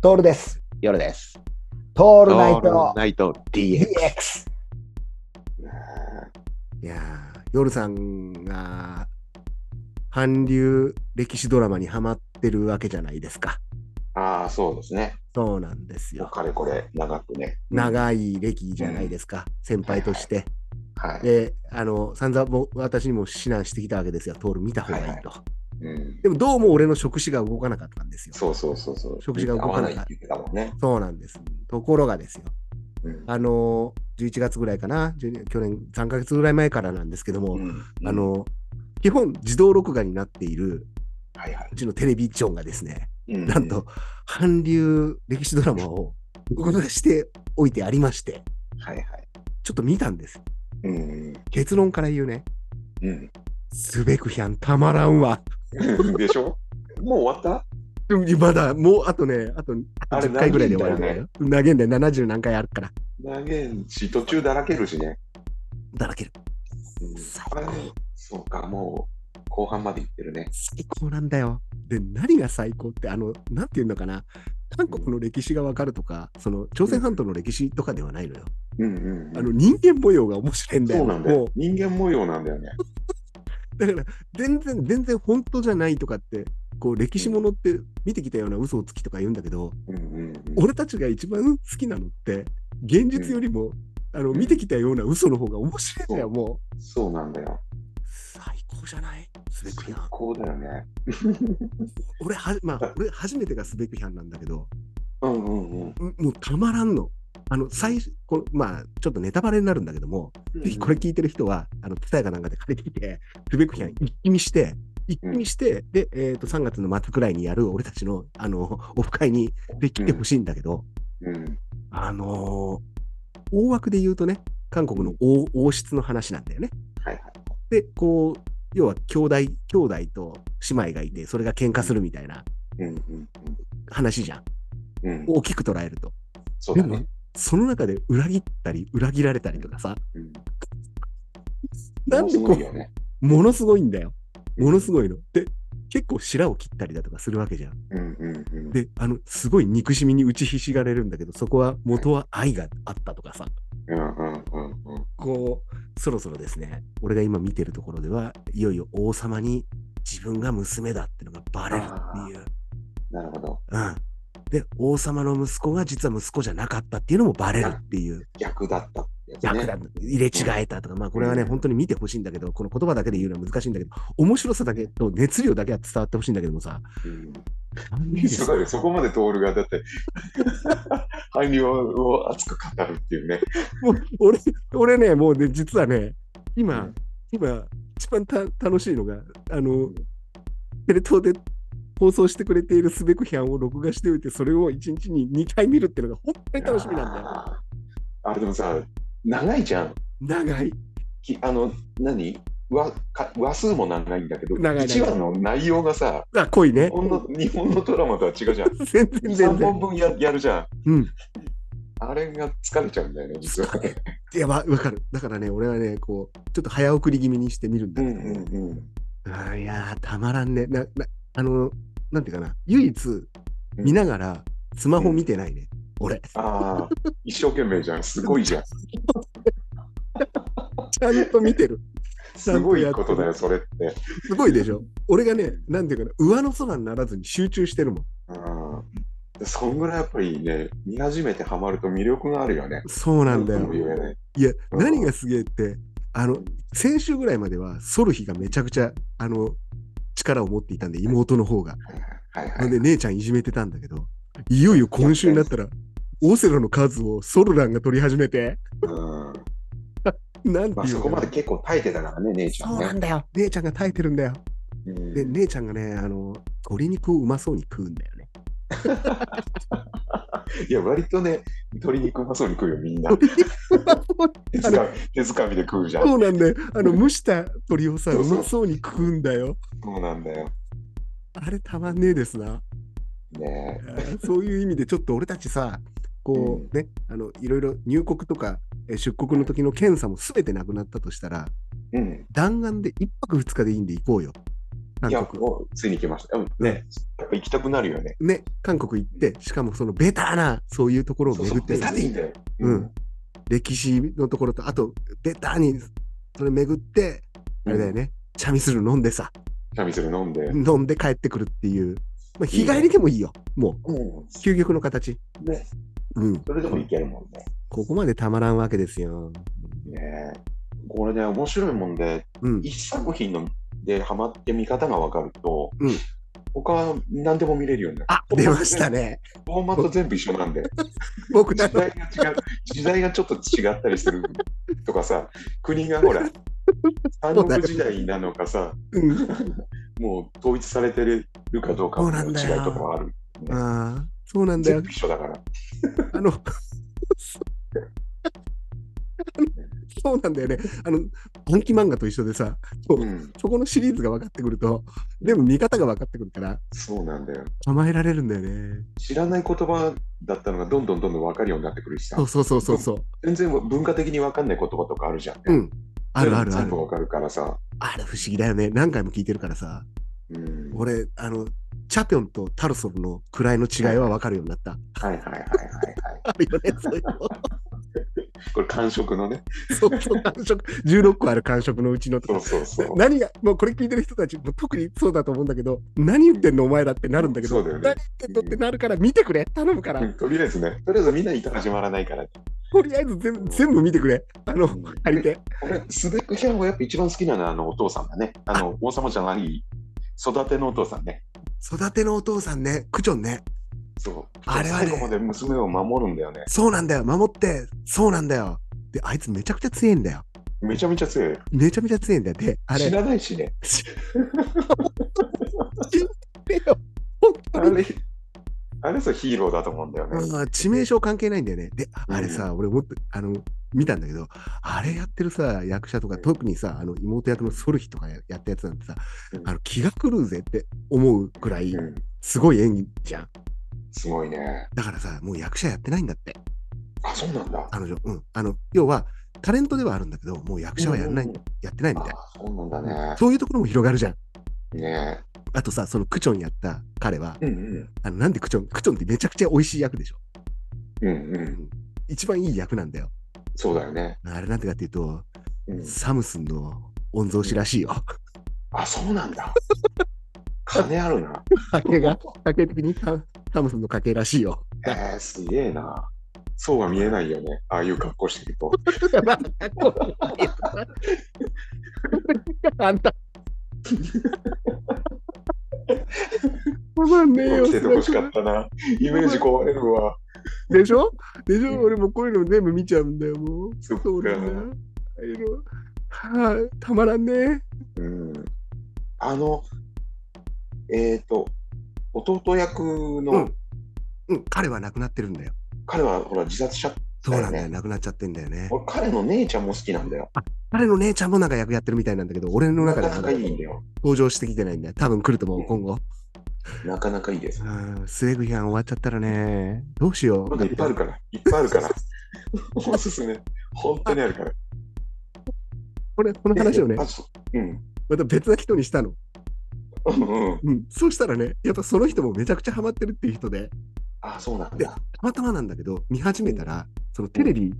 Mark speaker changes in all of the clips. Speaker 1: トールです。
Speaker 2: 夜です。
Speaker 1: ト
Speaker 2: オ
Speaker 1: ールナイト
Speaker 2: ナイト DX。
Speaker 1: DX。
Speaker 3: いやー、夜さんが韓流歴史ドラマにハマってるわけじゃないですか。
Speaker 2: ああ、そうですね。
Speaker 3: そうなんです
Speaker 2: もう
Speaker 3: よ。
Speaker 2: かれこれ長くね。
Speaker 3: 長い歴じゃないですか、先輩として。
Speaker 2: はい。
Speaker 3: で、あの、散々もう私にも指南してきたわけですよ、トール見た方がいいと。
Speaker 2: うん
Speaker 3: でも、どうも俺の触手が動かなかったんですよ。
Speaker 2: そうそうそうそう。
Speaker 3: 食事が動かな
Speaker 2: 合わない
Speaker 3: い
Speaker 2: って言ってたもんね。
Speaker 3: そうなんです。ところがですよ、
Speaker 2: うん
Speaker 3: あの、11月ぐらいかな、12去年3ヶ月ぐらい前からなんですけども、
Speaker 2: うん
Speaker 3: あ、の、基本自動録画になっている
Speaker 2: はいは
Speaker 3: うちのテレビジョンがですね、
Speaker 2: い。う
Speaker 3: なんと、。韓流歴史ドラマを録画しておいてありまして、
Speaker 2: はいはい。
Speaker 3: ちょっと見たんです。
Speaker 2: うん
Speaker 3: 結論から言うね、
Speaker 2: うん。
Speaker 3: すべくひゃんたまらんわ。
Speaker 2: うん。 でしょもう終わっ
Speaker 3: まだ、もうあとね、あと
Speaker 2: たあれ
Speaker 3: 10回ぐらいで終わるん
Speaker 2: 長
Speaker 3: だ
Speaker 2: いん
Speaker 3: よ。投げんで70何回あるから、
Speaker 2: だよね。長いし、途中だらけるしね。
Speaker 3: だらける。
Speaker 2: うん
Speaker 3: 最
Speaker 2: あ
Speaker 3: 高
Speaker 2: れそうか、もう後半までいってるね。
Speaker 3: 最高なんだよ。で、何が最高って、あの、なんていうのかな、韓国の歴史がわかるとか、その朝鮮半島の歴史とかではないのよ。
Speaker 2: うんうんうん
Speaker 3: あの、人間模様が面白いんだよ。
Speaker 2: そうなんだ
Speaker 3: も
Speaker 2: よ。人間模様なんだよね。
Speaker 3: だから全然全然本当じゃないとかってこう歴史ものって見てきたような嘘をつきとか言うんだけど、
Speaker 2: うんうんうん
Speaker 3: 俺たちが一番好きなのって現実よりも、あの
Speaker 2: うん
Speaker 3: 見てきたような嘘の方が面白いんだよ、もう
Speaker 2: そうなんだよ。
Speaker 3: 最高じゃないすべく
Speaker 2: 最
Speaker 3: 批判
Speaker 2: 高だよね。
Speaker 3: 俺は、まあ、俺初めてがすべく批判なんだけど
Speaker 2: うんうんうん。
Speaker 3: んもうたまらんのあの最初こまあちょっとネタバレになるんだけども、ぜひこれ聞いてる人は、あの、ツタヤかなんかで借りてきて、ルベクヒャン一気見して、一気見して、で、えっ、と、3月の末くらいにやる俺たちの、あの、オフ会に、で、来てほしいんだけど、
Speaker 2: うん。
Speaker 3: あのー大枠で言うとね、韓国の王王室の話なんだよね。
Speaker 2: はいはい。
Speaker 3: で、こう、要は兄弟、兄弟と姉妹がいて、それが喧嘩するみたいな
Speaker 2: うんうん
Speaker 3: 話じゃん。
Speaker 2: うん。うん。
Speaker 3: 大きく捉えると。
Speaker 2: そう
Speaker 3: で
Speaker 2: だ
Speaker 3: も
Speaker 2: ね。、
Speaker 3: その中で裏切ったり、裏切られたりとかさ、
Speaker 2: うん
Speaker 3: なんでこ、
Speaker 2: ものすごいうよね。
Speaker 3: ものすごいんだよ。ものす
Speaker 2: い。
Speaker 3: ごいの。で、結構白を切ったりだとかするわけじゃん。
Speaker 2: うんうんうん。
Speaker 3: で、あの、すごい憎しみに打ちひしがれるんだけど、そこは元は愛があったとかさ、
Speaker 2: うんうんうんうん。
Speaker 3: こう、そろそろですね、俺が今見てるところでは、いよいよ王様に自分が娘だってのがバレるっていう。
Speaker 2: なるほど。
Speaker 3: うん。で、王様の息子が実は息子じゃなかったっていうのもバレるっていう。
Speaker 2: 逆だったってやつ
Speaker 3: 役
Speaker 2: ね。
Speaker 3: だ、入れ違えたとか、まあこれはね、
Speaker 2: うん
Speaker 3: 本当に見てほしいんだけど、この言葉だけで言うのは難しいんだけど、面白さだけと熱量だけは伝わってほしいんだけどもさ、
Speaker 2: うん
Speaker 3: なんでです
Speaker 2: す
Speaker 3: か
Speaker 2: ごいねそこまで通るが、だって、 韓流を熱く語るっていうね。
Speaker 3: もう俺、俺ね、もうね、実はね、今、
Speaker 2: うん
Speaker 3: 今、一番た楽しいのが、あの、テレ東で放送してくれているすべく批判を録画しておいて、それを1日に2回見るっていうのが本当に楽しみなんだよ。
Speaker 2: あーあれでもさ、長いじゃん。
Speaker 3: 長い。
Speaker 2: きあの、何わか話数も長いんだけど、
Speaker 3: 長い長い
Speaker 2: 一話の内容がさ、
Speaker 3: あ、濃いね
Speaker 2: 日。本の日本のドラマとは違うじゃん。
Speaker 3: 全然全
Speaker 2: 3本
Speaker 3: 然。
Speaker 2: 分ややるじゃん。
Speaker 3: うん。
Speaker 2: あれが疲れちゃうんだよね、実は。
Speaker 3: いや、わわかる。だからね、俺はね、こう、ちょっと早送り気味にして見るんだけど、
Speaker 2: うん
Speaker 3: あーいやー、たまらんね。な、な、あの、なんていうかな、唯一、見ながら、スマホ見てないね、俺。
Speaker 2: ああ、一生懸命じゃん。すごいじゃん。
Speaker 3: ちゃんと見てる。
Speaker 2: すごいことだよ、それって。
Speaker 3: すごいでしょ。俺がね、なんていうかな、上の空にならずに集中してるもん。
Speaker 2: うん。そんぐらいやっぱりね、見始めてハマると魅力があるよね。
Speaker 3: そうなんだ
Speaker 2: なんと
Speaker 3: よ
Speaker 2: も。言えない。
Speaker 3: いや、
Speaker 2: うん
Speaker 3: 何がすげえって、あの、先週ぐらいまでは、ソルヒがめちゃくちゃ、あの、力を持っていたんで、妹の方が。
Speaker 2: はいは
Speaker 3: ないん。で、姉ちゃんいじめてたんだけど、いよいよ今週になったら、オセロの数をソルランが取り始めて、
Speaker 2: うん
Speaker 3: なんてい
Speaker 2: まあ、
Speaker 3: う
Speaker 2: そ
Speaker 3: の
Speaker 2: こ
Speaker 3: か
Speaker 2: ま
Speaker 3: な
Speaker 2: で結構耐えてたからね、姉ちゃ
Speaker 3: そ
Speaker 2: ん
Speaker 3: う
Speaker 2: ね
Speaker 3: なんだよ。姉ちゃんが耐えてるんだよ。
Speaker 2: うん。
Speaker 3: で、姉ちゃんがね、あの、鶏肉をうまそうに食うんだよ ね。
Speaker 2: いや、割とね、鶏肉うまそうに食うよ、みんな。手づかみ手づかみで食うじゃん。
Speaker 3: そうなんだよ。あの、蒸した鶏をさ、
Speaker 2: そううそう
Speaker 3: まそうに食うんだよ。
Speaker 2: そうなんだよ。
Speaker 3: あれたまんねえですな。
Speaker 2: ね
Speaker 3: あーそういう意味で、ちょっと俺たちさ、こうね、あの、いろいろ入国とかえー出国の時の検査もすべてなくなったとしたら、
Speaker 2: え。うん。
Speaker 3: 弾丸で1泊2日でいいんで行こうよ。
Speaker 2: い
Speaker 3: 韓
Speaker 2: や、
Speaker 3: 国。
Speaker 2: もうついに来ました。うんね、やっぱ行きたくなるよね。
Speaker 3: ね、韓国行って、しかもそのベターな、そういうところを
Speaker 2: そう
Speaker 3: 巡
Speaker 2: そう
Speaker 3: って
Speaker 2: ベタでいいんだよ。
Speaker 3: うん歴史のところと、あと、ベターに、それ巡って、あれだよね、チャミスル飲んでさ、
Speaker 2: チャミスル飲んで。
Speaker 3: 飲んで帰ってくるっていう。まあ、日帰りでもいいよ、もう、
Speaker 2: うん。
Speaker 3: 究極の形。
Speaker 2: ね、
Speaker 3: うん。
Speaker 2: それでも行けるもんね。
Speaker 3: ここまでたまらんわけですよ。
Speaker 2: ねこれね、面白いもんで、
Speaker 3: うん。
Speaker 2: 一作品のでハマって見方が分かると、
Speaker 3: うん
Speaker 2: 他は何でも見れるようになる。
Speaker 3: あ、出ましたね。
Speaker 2: フォーマット全部一緒なんで、
Speaker 3: 僕ら
Speaker 2: 時
Speaker 3: の
Speaker 2: 代が違う、時代がちょっと違ったりするとかさ、国がほら、三国時代なのかさ、
Speaker 3: うん。
Speaker 2: もう統一されてるかどうかの違いとかもある。
Speaker 3: ああ、そうなんだよ
Speaker 2: 全部。一緒だから。
Speaker 3: あの、そうそうなんだよね。あの、本気漫画と一緒でさ、そう
Speaker 2: うん、
Speaker 3: そこのシリーズが分かってくると、でも見方が分かってくるから、
Speaker 2: そうなんだよ。
Speaker 3: 構えられるんだよね。
Speaker 2: 知らない言葉だったのがどんどんどんどん分かるようになってくるしさ
Speaker 3: そう、そうそうそうそう。
Speaker 2: 全然文化的に分かんない言葉とかあるじゃんね。
Speaker 3: うん。あるあるあ
Speaker 2: 全
Speaker 3: る
Speaker 2: 部。分かるからさ。
Speaker 3: あれ不思議だよね。何回も聞いてるからさ。
Speaker 2: うん、はい
Speaker 3: 俺、あの、チャピョンとタルソルの位の違いは分かるようにな った。
Speaker 2: はいはいはいはい。
Speaker 3: あるよね、そういうの。
Speaker 2: これ感触 のね。
Speaker 3: そうそう、感触。16個ある感触のうちのと
Speaker 2: そう
Speaker 3: か。
Speaker 2: そうそう。
Speaker 3: 何が、もうこれ聞いてる人たち、も特にそうだと思うんだけど、何言ってんのお前らってなるんだけど、
Speaker 2: そうだよね
Speaker 3: 何言ってんのってなるから見てくれ、頼むから、
Speaker 2: うんとりあえずね、とりあえずみんなに始まらないから。
Speaker 3: とりあえず全部全部見てくれ、あの、借りて。
Speaker 2: 俺、スベックヒャンはやっぱ一番好きなのはあのお父さんだね。あの、王様じゃない、育てのお父さんね。
Speaker 3: 育てのお父さんね、クチョンね、
Speaker 2: そう。
Speaker 3: あれはね
Speaker 2: 最後まで娘を守るんだよね。
Speaker 3: そうなんだよ、守って、そうなんだよ。で、あいつめちゃくちゃ強いんだよ。
Speaker 2: めちゃめちゃ強いよ。
Speaker 3: めちゃめちゃ強いんだよ。で、あれ、
Speaker 2: 知らないしね。
Speaker 3: 本当
Speaker 2: あ
Speaker 3: に。
Speaker 2: れ、あれさ、ヒーローだと思うんだよね。
Speaker 3: あー致命傷関係ないんだよね。で、ああれさ、俺もっと、あの、見たんだけど、あれやってるさ、役者とか、特にさ、あの、妹役のソルヒとかややったやつなんてさ
Speaker 2: う、ん
Speaker 3: あの、気が狂うぜって思うくらい、
Speaker 2: うん、
Speaker 3: すごい演技じゃん。
Speaker 2: すごいね。
Speaker 3: だからさ、もう役者やってないんだって、
Speaker 2: あ、そうなんだ。
Speaker 3: 彼女。うん。あの、要は、タレントではあるんだけど、もう役者はやらない、
Speaker 2: うんうん
Speaker 3: やってないみたい
Speaker 2: あ、そうなんだね。
Speaker 3: そういうところも広がるじゃん。
Speaker 2: ね
Speaker 3: あとさ、そのクチョンやった彼は、
Speaker 2: え。うん
Speaker 3: あの、なんでクチョン、クチョンってめちゃくちゃ美味しい役でしょ。
Speaker 2: うん。うんうん。
Speaker 3: 一番いい役なんだよ。
Speaker 2: そうだよね。
Speaker 3: あれなんてかっていうと、
Speaker 2: うん、
Speaker 3: サムスンの御曹司らしいよ。
Speaker 2: あ、そうなん だ。金あるな。
Speaker 3: 家計が、家計的にササムスンの家計らしいよ。
Speaker 2: えー、すげえな。そうは見えないよね。ああいう格好してると。
Speaker 3: あんた。たまんねえよ。
Speaker 2: 来ててほしかったな。イメージ壊れるわ。
Speaker 3: でしょでしょ、
Speaker 2: うん
Speaker 3: 俺もこういうの全部見ちゃうんだよ、もう。
Speaker 2: そっか
Speaker 3: うなんだよ。ああいうのはあ、たまらんね
Speaker 2: うん。あの、えっ、と、弟役の、
Speaker 3: うんうん、彼は亡くなってるんだよ。
Speaker 2: 彼はほら自殺しちゃった。
Speaker 3: そうなんだ
Speaker 2: だよ
Speaker 3: よ、
Speaker 2: ね
Speaker 3: 亡くなっちゃってんだよね。
Speaker 2: 俺、彼の姉ちゃんも好きなんだよ。
Speaker 3: 彼の姉ちゃんもなんか役やってるみたいなんだけど、俺の
Speaker 2: な
Speaker 3: 中で
Speaker 2: か
Speaker 3: は
Speaker 2: なかいいんだよ。
Speaker 3: 登場してきてないんだよ。多分来ると思
Speaker 2: う
Speaker 3: う、
Speaker 2: ん
Speaker 3: 今後。
Speaker 2: なかなかいいです。
Speaker 3: うん、スウェグ批判終わっちゃったらね、どうしよ
Speaker 2: ま
Speaker 3: う。
Speaker 2: だいっぱいあるから、いっぱいあ るから。おすすめ。本当にあるから。
Speaker 3: これ、この話をね
Speaker 2: あ、そううん。
Speaker 3: また別な人にしたの。
Speaker 2: うんうん。
Speaker 3: うん。そうしたらね、やっぱその人もめちゃくちゃハマってるっていう人で、
Speaker 2: あ、そうなん
Speaker 3: で
Speaker 2: だ。
Speaker 3: たまたまなんだけど、見始めたら、そのテレビ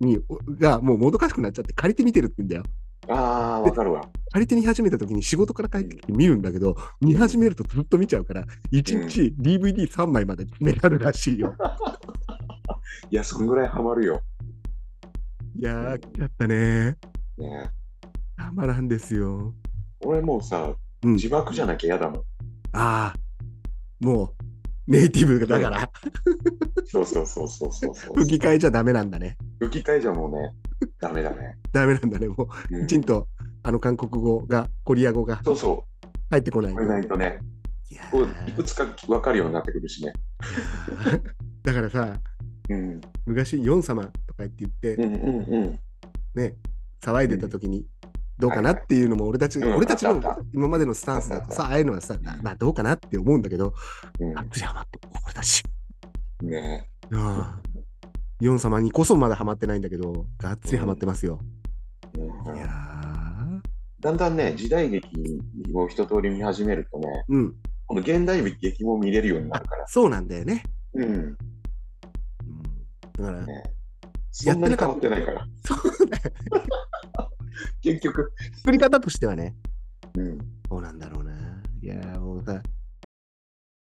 Speaker 3: に、おがもうもどかしくなっちゃって借りて見てるって言うんだよ。
Speaker 2: ああー、わかるわ。
Speaker 3: 借りて見始めた時に仕事から帰ってきて見るんだけど、見始めるとずっと見ちゃうから、1日 DVD3 枚までメダルらし いよ。
Speaker 2: いや、そんぐらいハマるよ。
Speaker 3: いやー、やったね。
Speaker 2: ね
Speaker 3: たまらんですよ。
Speaker 2: 俺もうさ、
Speaker 3: うん
Speaker 2: 字幕じゃなきゃ嫌だもん。
Speaker 3: ああ、もう、ネイティブだから、
Speaker 2: そうそうそうそうそうそう。
Speaker 3: 吹き替えじゃダメなんだね。
Speaker 2: 吹き替えじゃもうね、ダメだね。
Speaker 3: ダメなんだね。も
Speaker 2: う
Speaker 3: う、
Speaker 2: ん
Speaker 3: きちんと、あの、韓国語が、コリア語が
Speaker 2: そうそ
Speaker 3: 入ってこな
Speaker 2: う、
Speaker 3: い。
Speaker 2: ことれないとね、
Speaker 3: いや
Speaker 2: こ
Speaker 3: ー
Speaker 2: ういくつか分かるようになってくるしね。
Speaker 3: だからさ、
Speaker 2: うん、
Speaker 3: 昔、ヨン様とか言って言っ
Speaker 2: う
Speaker 3: て、
Speaker 2: ん、うん、うん。
Speaker 3: ね、騒いでた時に、どうかなっていうのも、俺たち、
Speaker 2: はいはい
Speaker 3: 俺たち
Speaker 2: うんあったあ
Speaker 3: の
Speaker 2: った
Speaker 3: 今までのスタンスだとさ、ああいうのはさ、まあ、どうかなって思うんだけど、あ
Speaker 2: う
Speaker 3: っちハマって、俺たち。
Speaker 2: ん、ね
Speaker 3: ああヨン様にこそまだハマってないんだけど、がっつりハマってますよ。
Speaker 2: え、うん
Speaker 3: いやー、
Speaker 2: だんだんね、時代劇を一通り見始めるとね、
Speaker 3: うん。
Speaker 2: この現代劇も見れるようになるから。
Speaker 3: そうなんだよね。
Speaker 2: うん。
Speaker 3: うん、だから、
Speaker 2: ねそんなに変わってないから。結局。
Speaker 3: 作り方としてはね、
Speaker 2: うん。
Speaker 3: そうなんだろうな。いやー、もうさ、